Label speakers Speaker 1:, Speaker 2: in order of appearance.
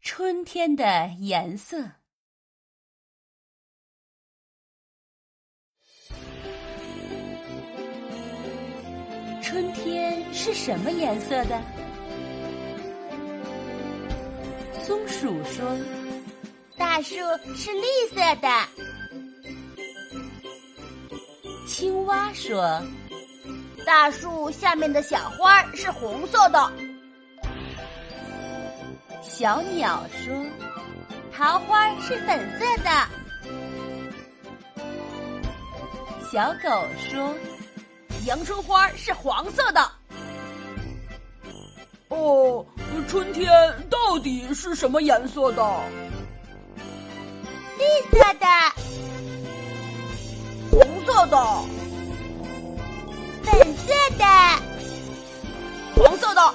Speaker 1: 春天的颜色。春天是什么颜色的？松鼠说
Speaker 2: 大树是绿色的，：“
Speaker 1: 青蛙说，
Speaker 2: 大树下面的小花儿是红色的，
Speaker 1: 小鸟说，
Speaker 2: 桃花儿是粉色的。
Speaker 1: 小狗说，
Speaker 2: 阳春花是黄色的。哦，春天到底是什么颜色的？绿色的，红色的，粉色的，黄色的。